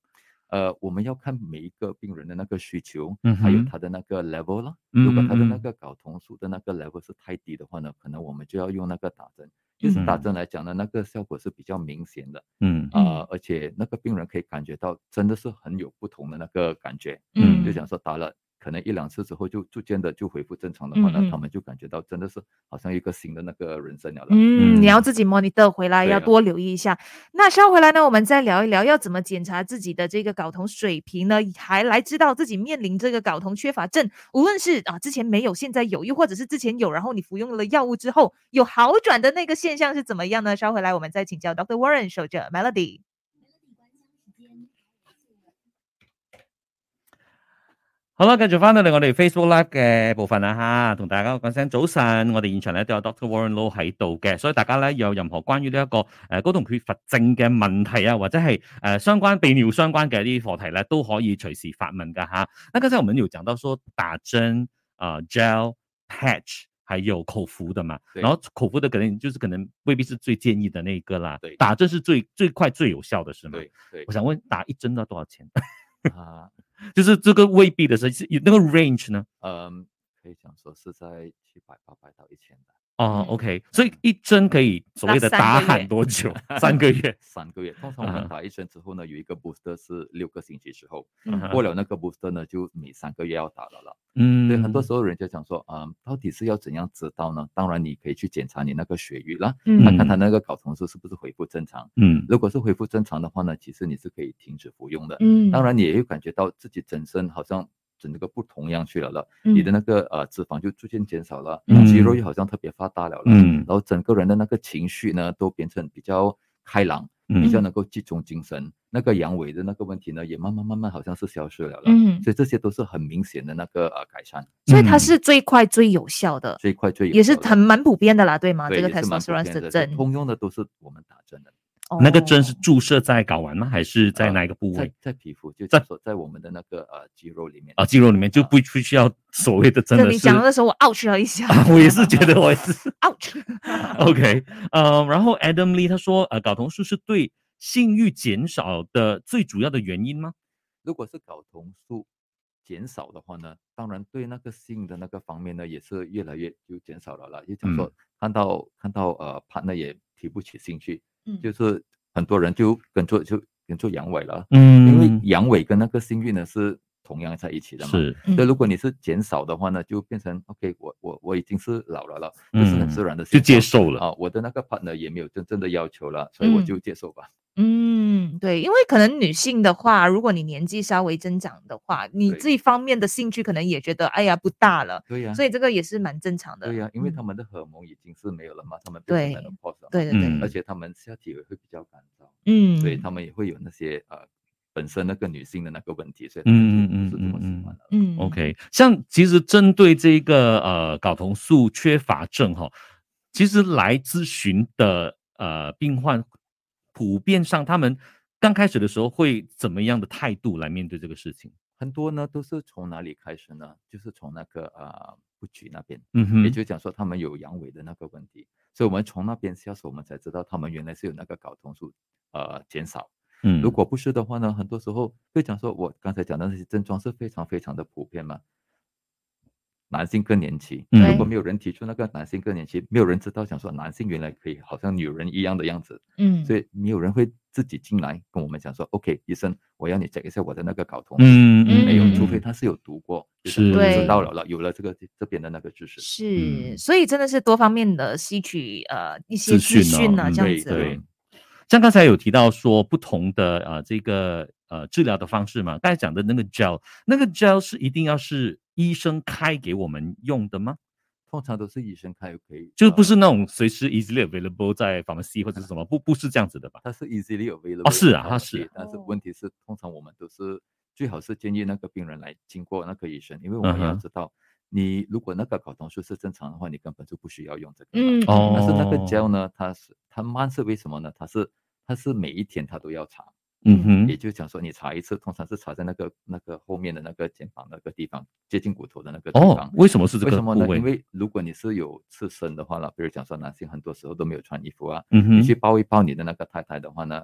呃，我们要看每一个病人的那个需求，嗯还有哼他的那个 level 啦。嗯如果他的那嗯个睾酮素的那个 level 是太低的话呢，可能我们就要用那个打针。就是打嗯针来讲呢，那个效果是比较明显的嗯啊、嗯而且那个病人可以感觉到真的是很有不同的那个感觉。嗯就讲说打了可能一两次之后就逐渐的就恢复正常的话呢，嗯嗯他们就感觉到真的是好像一个新的那个人生了啦。嗯，你要嗯自己 monitor 回来，对要啊多留意一下。那稍回来呢，我们再聊一聊要怎么检查自己的这个睾酮水平呢？还来知道自己面临这个睾酮缺乏症，无论是啊之前没有，现在有，又或者是之前有，然后你服用了药物之后有好转的那个现象是怎么样呢？稍回来我们再请教 Dr. Warren 守着 Melody。好啦，繼續翻到嚟我哋 Facebook Live 嘅部分啦吓，同大家講聲早晨。我哋現場咧都有 Doctor Warren Low 喺度嘅，所以大家咧有任何關於呢一個诶高同缺乏症嘅問題啊，或者係诶、呃相關泌尿相關嘅呢啲課題咧，都可以隨時發問噶吓。那剛才我們有講到說打針、啊、gel、patch，还有口服的嘛，對然後口服的可能就是可能未必是最建議的那一個啦對。打針是最最快最有效的，是嗎？对对我想問打一針要多少錢？ 啊，就是這個未必的是，是那個 range 呢？嗯，可以讲说是在七百、八百到一千的，哦嗯，OK，所以一针可以所谓的打打三个月喊多久？三个 月。三个月。通常我啊们打一针之后呢，有一个 booster 是六个星期之后，嗯啊过了那个 booster 呢，就每三个月要打了啦。嗯对，很多时候人家讲说，嗯，到底是要怎样知道呢？当然，你可以去检查你那个血液啦，看看嗯它那个睾酮素是不是恢复正常。嗯如果是恢复正常的话呢，其实你是可以停止服用的。嗯当然，你也会感觉到自己整身好像整个不同样去了了，嗯你的那个呃脂肪就逐渐减少了，肌肉嗯又好像特别发达了了，嗯然后整个人的那个情绪呢都变成比较开朗，比嗯较能够集中精神。那个阳痿的那个问题呢，也慢慢慢慢好像是消失了了。嗯，所以这些都是很明显的那个呃改善，所以它嗯是最快最有效的，最快最有也是效的很蛮普遍的啦，对吗？对这个也是蛮普 testosterone 遍的针，通用的都是我们打针的，那个针哦是注射在睾丸吗？还是在哪一个部在位？在皮肤，就在是说在我们的那个呃肌肉里面啊，肌肉里面就不不需要所谓的真这的你是讲。的时候，我 ouch 了一下。啊，我也 是觉得我也是 ouch。 OK，呃，然后 Adam Lee 他说，呃，睾酮素是对性欲减少的最主要的原因吗？如果是睾酮素减少的话呢，当然对那个性的那个方面呢，也是越来越就减少了啦。就讲嗯说看到、看到呃 partner 也提不起兴趣，嗯就是很多人就跟着就跟着阳痿了，因为嗯，阳痿跟那个性欲呢是同样在一起的嘛。是，嗯所以如果你是减少的话呢，就变成 OK，我我我已经是老了了，这是很自嗯然的就现象，接受了。啊，我的那个 partner 也没有真正的要求了，所以我嗯就接受吧。 嗯，对，因为可能女性的话，如果你年纪稍微增长的话，你对这一方面的兴趣可能也觉得，哎呀，不大了，对呀、啊所以这个也是蛮正常的。对呀、因为他嗯们的荷尔蒙已经是没有了嘛，他们变对成 menopause 了嘛，对对对，嗯而且他们下体也会比较干燥，嗯，所以他们也会有那些呃本身那个女性的那个问题，所以他们就不是这嗯么嗯嗯喜欢了。嗯 OK，像其实针对这个呃睾酮素缺乏症哈，其实来咨询的呃病患普遍上他们刚开始的时候会怎么样的态度来面对这个事情？很多呢都是从哪里开始呢？就是从那个呃不举那边，嗯也哼，就讲说他们有阳痿的那个问题，所以我们从那边下手，我们才知道他们原来是有那个睾酮素呃减少。嗯，如果不是的话呢，很多时候会讲说，我刚才讲的那些症状是非常非常的普遍嘛。男性更年期，嗯如果没有人提出那个男性更年期，没有人知道讲说男性原来可以好像女人一样的样子，嗯，所以没有人会自己进来跟我们讲说，OK，医生，我要你 check 一下我的那个睾酮。嗯嗯没有，嗯除非他是有读过，是就对知道了了，有了这个这边的那个知识。是，嗯所以真的是多方面的吸取呃一些资资讯哦讯呢，嗯这对样子。对，像刚才有提到说不同的啊、呃、这个呃治疗的方式嘛，刚才讲的那个 gel，那个 gel 是一定要是医生开给我们用的吗？通常都是医生开可以，就是不呃是那种随时 easily available 在 pharmacy 或者是什么，不不是这样子的吧？它是 easily available 哦是啊它的东是西啊但是哦问题是，通常我们都是最好是建议那个病人来经过那个医生，因为我们要嗯哼知道，你如果那个睾酮素是正常的话，你根本就不需要用这个嘛。嗯，哦但是那个哦 gel 呢，它是它慢是为什么呢？它是它是每一天它都要查，嗯哼也，就是讲说你查一次，通常是查在那个那个后面的那个肩膀那个地方，接近骨头的那个地哦方，。为什么是这为个什么部呢？位因？为如果你是有刺身的话了，比如讲说男性很多时候都没有穿衣服啊，嗯你哼去，抱一抱你的那个太太的话呢，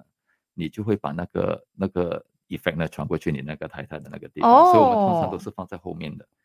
你就会把那个那个 effect 呢传过去你那个太太的那个地方，所以我们通哦常都是放在后面哦的。啊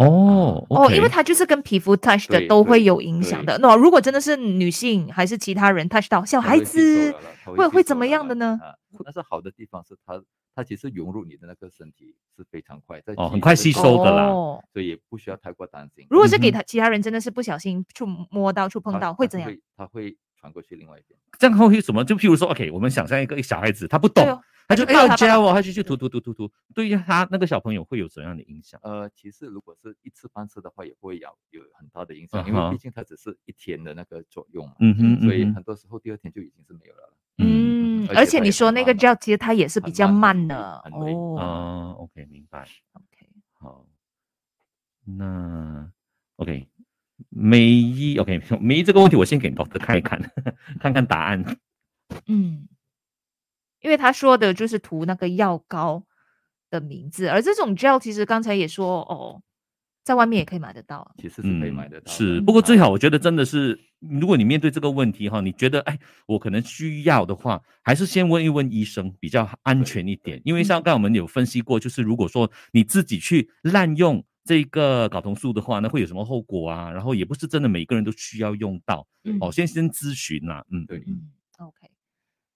哦， ，OK 因为它就是跟皮肤 touch 的对都会对有影响的。那如果真的是女性还是其他人 touch 到小它哦孩会吸子收，了啦它会吸会收怎么了样啦的呢啊，但是好的地方是它它其实融入你的那个身体是非常快，在哦很记忆快的吸时收候的啦哦所以也不需要太过担心。如果是给嗯哼他其他人真的是不小心触摸到、触碰它到，它会是怎样？？它会传过去另外一边。这样会什么？就譬如说，OK，我们想象一个小孩子，他不懂，对哦他就他哎就抱呀他抱 gel 哦，他就去涂涂涂涂涂，对于他那个小朋友会有怎样的影响？呃，其实如果是一次半次的话，也不会有有很大的影响，因嗯哼为毕竟它只是一天的那个作用嘛，嗯哼，所以嗯很多时候第二天就已经是没有了啦。嗯嗯，而而且且它你也说很那个慢 gel 其实它也是很比较慢慢很的很累哼哦。啊，OK，明白。 OK，好，那 OK，梅姨 OK，梅姨这个问题我先给 Doctor 看一看， 看看答案。嗯，因为他说的就是涂那个药膏的名字，而这种 gel 其实刚才也说哦，在外面也可以买得到。啊其实是可以买得到的、嗯是，不过最啊好我觉得真的是，如果你面对这个问题哈，你觉得哎，我可能需要的话，还是先问一问医生比较安全一点。因为像刚才我们有分析过，就是如果说你自己去滥用这个睾酮素的话，那会有什么后果啊？然后也不是真的每个人都需要用到嗯哦，先先咨询啦、嗯，对嗯，OK。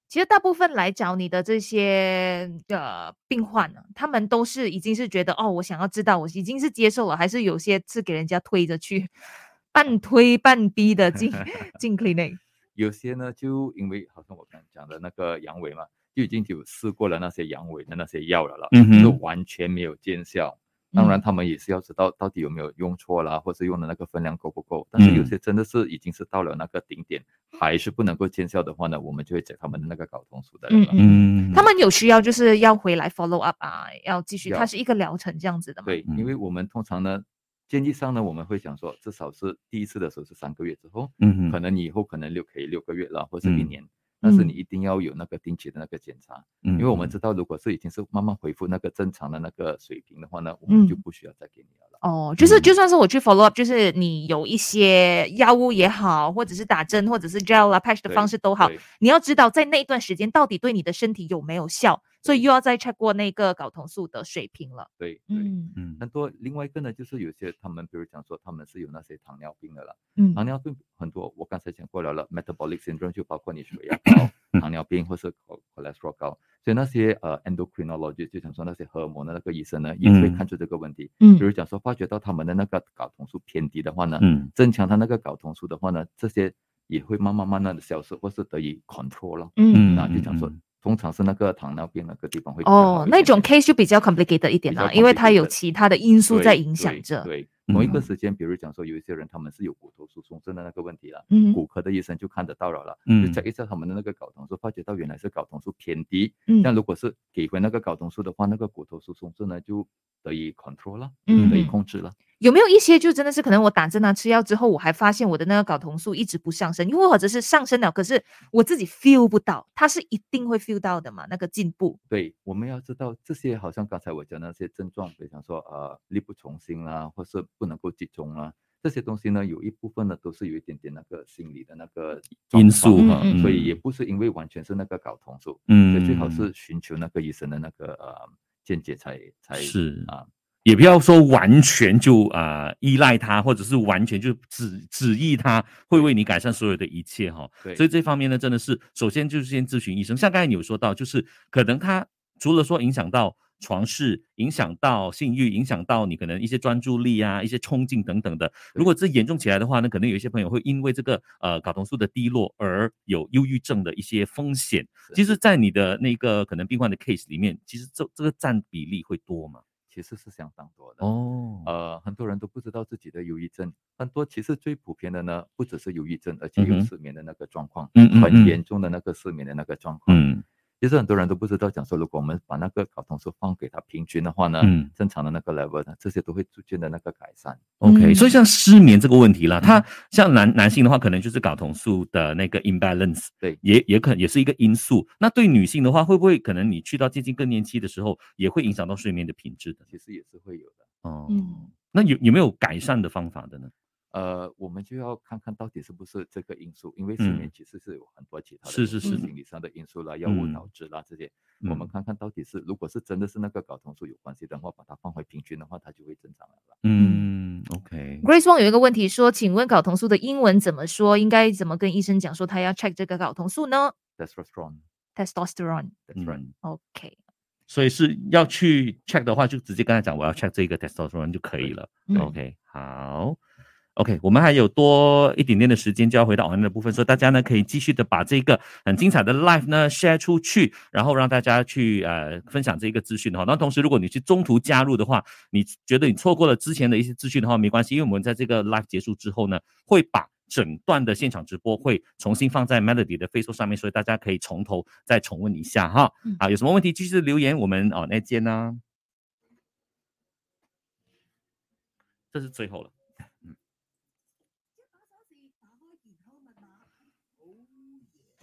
其实大部分来找你的这些呃病患呢、他们都是已经是觉得哦，我想要知道，我已经是接受了，还是有些是给人家推着去，半推半逼的进 进 clinic。有些呢，就因为好像我刚才讲的那个阳痿嘛，就已经有试过了那些阳痿的那些药了啦，嗯哼就完全没有见效。当然，嗯他们也是要知道到底有没有用错啦，或者用的那个分量够不够。但是有嗯些真的是已经是到了那个顶点，还是不能够见效的话呢，我们就会讲他们的那个睾酮素的人了。嗯，他们有需要就是要回来 follow up 啊，要继续，它要是一个疗程这样子的嘛。对，因为我们通常呢，建议上呢，我们会讲说，至少是第一次的时候是三个月之后，嗯可哼能你以后可能六可以六个月啦，或是一嗯年，但是嗯你一定要有那个定期的那个检查，嗯，因为我们嗯知道，如果是已经是慢慢恢复那个正常的那个水平的话呢，我们就嗯不需要再给你了啦。哦，就是嗯就算是我去 follow up，就是你有一些药物也好，或者是打针，或者是 gel 啊 patch 的对方式都好，对你要知道在那一段时间到底对你的身体有没有效，所以又要再 check 过那个睾酮素的水平了。对对。嗯嗯很多另外一个呢，就是有些他们，比如讲说他们是有那些糖尿病的啦，嗯糖尿病很多，我刚才讲过了了，metabolic syndrome 就包括你血压嗯高、糖尿病或是 cho- cholesterol 高，所以那些呃 endocrinology 就想说那些荷尔蒙的那个医生呢，也会嗯看出这个问题。比如嗯讲说发觉到他们的那个睾酮素偏低的话呢，嗯增强他那个睾酮素的话呢，这些也会慢慢慢慢的消失或是得以 control 了。嗯嗯那就讲说嗯嗯，通常是那个糖尿病那个地方会比较好哦一，那点种点 case 就比较 complicated 一点比较啦，因为它有 complicated 其他的因素对在影响对着。对，嗯同一个时间，比如讲说有一些人他们是有骨头疏松症的那个问题了，嗯骨科的医生就看得到了啦，嗯就 check 一下他们的那个睾酮素，发觉到原来是睾酮素偏低，那嗯如果是给回那个睾酮素的话，那个骨头疏松症呢就得以 control 了，嗯得以嗯控制了。有没有一些就真的是可能我打针啊吃药之后，我还发现我的那个睾酮素一直不上升，因为或者是上升了，可是我自己 feel 不到，它是一定会 feel 到的嘛，那个进步。对，我们要知道这些，好像刚才我讲的那些症状，比方说呃力不从心啦，或是不能够集中啦，这些东西呢，有一部分呢都是有一点点那个心理的那个因状素况哈，嗯嗯所以也不是因为完全是那个睾酮素，所以嗯最好是寻求那个医生的那个呃见解才才是啊，也不要说完全就啊、呃依赖它，或者是完全就只旨意它会为你改善所有的一切哈、对，所以这方面呢，真的是首先就是先咨询医生。像刚才你有说到，就是可能它除了说影响到床事，影响到性欲，影响到你可能一些专注力啊、一些冲劲等等的。如果这严重起来的话呢，可能有一些朋友会因为这个呃睾酮素的低落而有忧郁症的一些风险。是其实，在你的那个可能病患的 case 里面，其实这这个占比例会多嘛？其实是相当多的。哦呃，很多人都不知道自己的忧郁症，很多其实最普遍的呢，不只是忧郁症，而且嗯有哼失眠的那个状况，嗯嗯很嗯严重的那个失眠的那个状况。嗯其实很多人都不知道，讲说如果我们把那个睾酮素放给它平均的话呢，嗯正常的那个 level 呢，这些都会逐渐的那个改善。 ，OK，、嗯所以像失眠这个问题啦，它像男男性的话，可能就是睾酮素的那个 imbalance，对也也可也是一个因素。那对女性的话，会不会可能你去到接近更年期的时候，也会影响到睡眠的品质的？其实也是会有的。哦，嗯那有有没有改善的方法的呢？呃，我们就要看看到底是不是这个因素，因为失嗯眠其实是有很多其他的是因是素，是心理上的因素啦、药物嗯导致啦这些，我们嗯看看到底是如果是真的是那个睾酮素有关系的话，把它放回平均的话，它就会正常了啦。嗯，OK， Grace Wong 有一个问题说，请问睾酮素的英文怎么说？应该怎么跟医生讲说他要 check 这个睾酮素呢 Testosterone, ？Testosterone。 that's right. 嗯， OK，所以是要去 check 的话，就直接跟他讲我要 check 这个 testosterone 就可以了。嗯 OK，好。OK，我们还有多一点点的时间就要回到 online 的部分，所以大家呢可以继续的把这个很精彩的 live 呢 share 出去，然后让大家去呃分享这个资讯哈。那同时，如果你是中途加入的话，你觉得你错过了之前的一些资讯的话，没关系，因为我们在这个 live 结束之后呢，会把整段的现场直播会重新放在 Melody 的 Facebook 上面，所以大家可以从头再重温一下哈。嗯好，有什么问题继续留言，我们哦那见呢、这是最后了。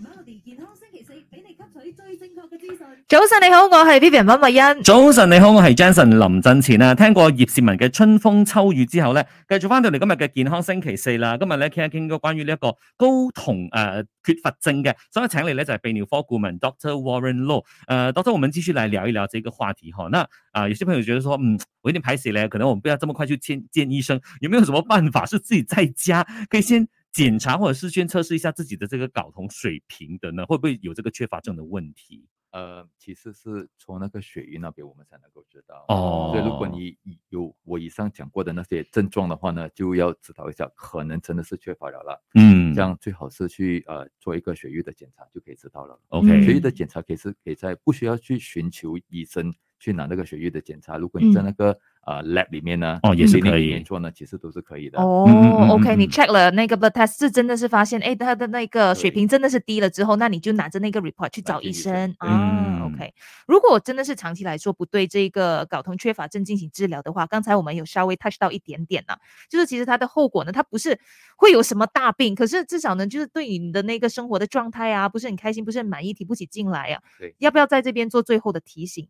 Melody 健康星期四，俾你吸取最正確嘅資訊。早晨你好，我系 Vivian 温慧欣。早晨，你好，我系 Jason 林振前啊。听过叶倩文嘅《春風秋雨》之後咧，繼續翻到嚟今日嘅健康星期四啦。今日咧傾一傾個關於呢一個高酮誒、呃缺乏症嘅，所以請嚟咧就係、泌尿科顧問 Dr. Warren Low。誒，Dr. 啊我們繼續來聊一聊這個話題哈。那啊、呃有些朋友覺得說，嗯，我有點排斥咧，可能我們不要這麼快去見見醫生，有沒有什麼辦法是自己在家可以先檢查，或者是先測試一下自己的這個睾酮水平的呢？會不會有這個缺乏症的問題？呃，其实是从那个血液那边我们才能够知道。哦所以如果你以有我以上讲过的那些症状的话呢，就要知道一下，可能真的是缺乏了啦。嗯这样最好是去呃做一个血液的检查就可以知道了。 OK 血液的检查可以是可以在不需要去寻求医生去拿那个血液的检查，如果你在嗯那个、呃 lab 里面呢，哦也是 clinic 可里以面做呢，其实都是可以的。哦、嗯嗯嗯 o k 嗯你嗯 check 了那个 blood test，是真的是发现，哎，他的那个水对平真的是低了之后，那你就拿着那个 report 去拿找去医医生生对啊。嗯 OK，如果真的是长期来说不对这个睾酮缺乏症进行治疗的话，刚才我们有稍微 touch 到一点点呢、就是其实它的后果呢，它不是会有什么大病，可是至少呢，就是对你的那个生活的状态啊，不是很开心，不是很满意，提不起劲来啊。对要不要在这边做最后的提醒？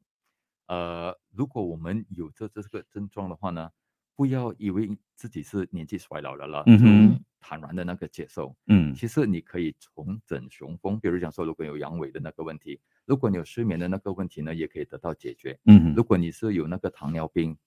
呃，如果我们有这这个症状的话呢，不要以为自己是年纪衰老了啦，嗯就哼坦然的那个接受。嗯其实你可以重整雄风，比如讲说，如果有阳痿的那个问题，如果你有失眠的那个问题呢，也可以得到解决。嗯如果你是有那个糖尿病，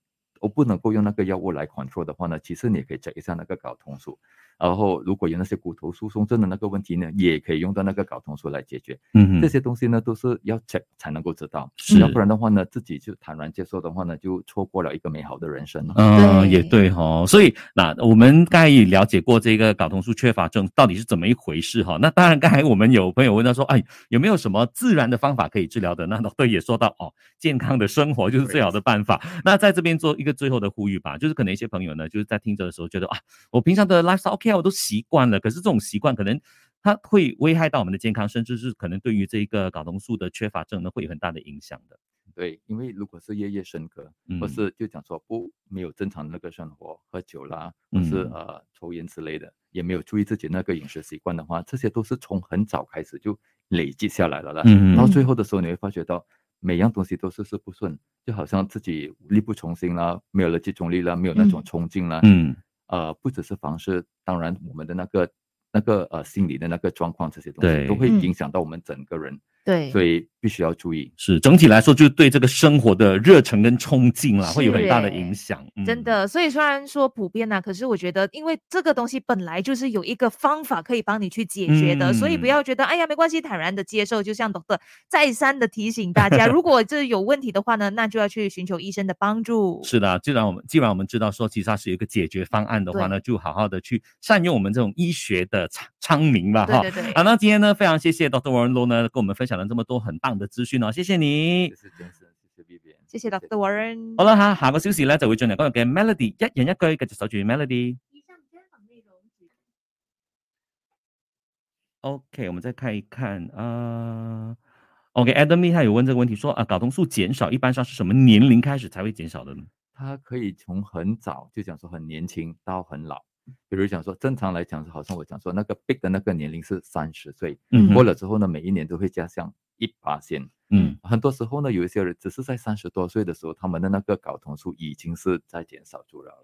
我不能够用那个药物来 control 的话呢，其实你也可以 check 一下那个睾酮素。然后，如果有那些骨头疏松症的那个问题呢，也可以用到那个睾酮素来解决。嗯这些东西呢，都是要 check 才能够知道，是啊要不然的话呢，自己就坦然接受的话呢，就错过了一个美好的人生了。嗯、对也对哈、所以那我们刚才也了解过这个睾酮素缺乏症到底是怎么一回事哈。那当然，刚才我们有朋友问到说，哎，有没有什么自然的方法可以治疗的？那 d o 也说到哦，健康的生活就是最好的办法。那在这边做一个最后的呼吁吧，就是可能一些朋友呢，就是在听着的时候觉得啊，我平常的 lifestyle OK 啊，我都习惯了，可是这种习惯可能它会危害到我们的健康，甚至是可能对于这个睾酮素的缺乏症呢，会有很大的影响的。对，因为如果是夜夜笙歌，或嗯是就讲说不没有正常的那个生活，喝酒啦，或是嗯呃抽烟之类的，也没有注意自己那个饮食习惯的话，这些都是从很早开始就累积下来了啦。嗯到嗯最后的时候，你会发觉到每样东西都是事不顺，就好像自己力不从心啦，没有了集中力啦，没有那种嗯冲劲啦。嗯呃，不只是房事，当然我们的那个那个呃心理的那个状况这些东西都对会嗯影响到我们整个人，对，所以必须要注意。是整体来说，就对这个生活的热忱跟冲劲啦，会有很大的是影响。嗯真，的，所以虽然说普遍呐、可是我觉得，因为这个东西本来就是有一个方法可以帮你去解决的，所以不嗯要觉得哎呀没关系，坦然的接受。就像董哥再三的提醒大家，如果这有问题的话呢，那就要去寻求医生的帮助。是的啊，既然我们既然我们知道说，其实它是有一个解决方案的话呢，就好好的去善用我们这种医学的昌昌明吧，啊哈对。对对，好，那今天呢，非常谢谢 Dr. Warren Low 呢，跟我们分享了这么多很棒的资讯哦，谢谢你谢。谢先生，谢谢 B B，谢谢 Dr. Warren。好啦，吓下個小時咧就會進入今日嘅 Melody，一人一句，繼續守住 Melody。以上专访内容只 OK，我们再看一看啊。OK，Adam、Lee 他有问这个问题，说啊，睾酮素减少一般上是什么年龄开始才会减少的呢？他可以从很早就讲说很年轻到很老，比如讲说正常来讲是好像我讲说那个 big 的那个年龄是三十岁，嗯哼过了之后呢，每一年都会加上一八线。嗯很多时候呢，有一些人只是在三十多岁的时候，他们的那个睾酮素已经是在减少住了了。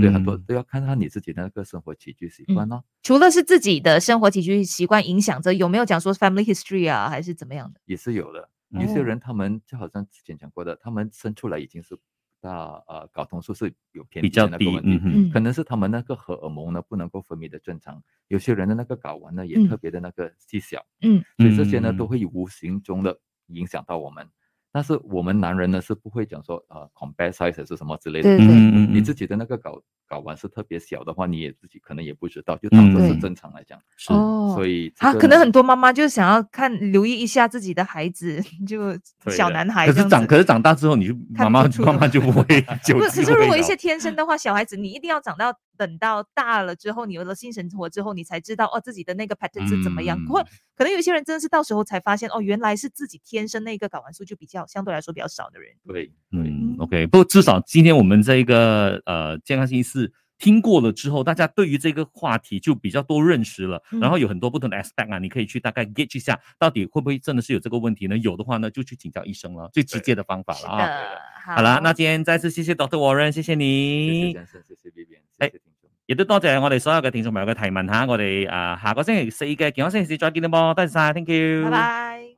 嗯，对，很多都要看看你自己的那个生活起居习惯咯、除了是自己的生活起居习惯影响着，有没有讲说 family history 啊，还是怎么样的？也是有的。嗯有些哦人他们就好像之前讲过的，他们生出来已经是大呃睾酮素是有偏比低的较那低个问，题嗯，哼，可能是他们那个荷尔蒙呢不能够分泌的正常，有些人的那个睾丸呢也嗯特别的那个细小，嗯，所以这些呢都嗯会无形中的影响到我们。但是我们男人呢是不会讲说呃 compare size 还是什么之类对的，对对，嗯你自己的那个睾睾丸是特别小的话，你也自己可能也不知道，就当做嗯是对正常来讲，是哦，所以这啊，个可能呢很多妈妈就想要看留意一下自己的孩子， 就对小的男孩可这样是子。长可是长大之后，你就妈看妈不就出妈的妈就不会 就不，可是如果一些些天生的话，小孩子你一定要长到等到大了之后，你有了性生活之后，你才知道哦自己的那个 pattern 是怎么样。或、嗯可能有些人真的是到时候才发现哦，原来是自己天生那个睾丸素就比较相对来说比较少的人。对对嗯嗯，OK，不过至少今天我们这一个呃健康星期四听过了之后，大家对于这个话题就比较多认识了，嗯然后有很多不同的 aspect 啊，你可以去大概 get 一下，到底会不会真的是有这个问题呢？有的话呢，就去请教医生了，最直接的方法是了啊。的，好啦，那今天再次谢谢 Dr. Warren，谢谢谢谢你。先生，谢谢 B B，哎谢谢听众。亦都多謝我哋所有嘅聽眾朋友嘅提問吓，我哋啊下個星期四嘅健康星期四再見啦噃，多謝晒，thank you，拜拜。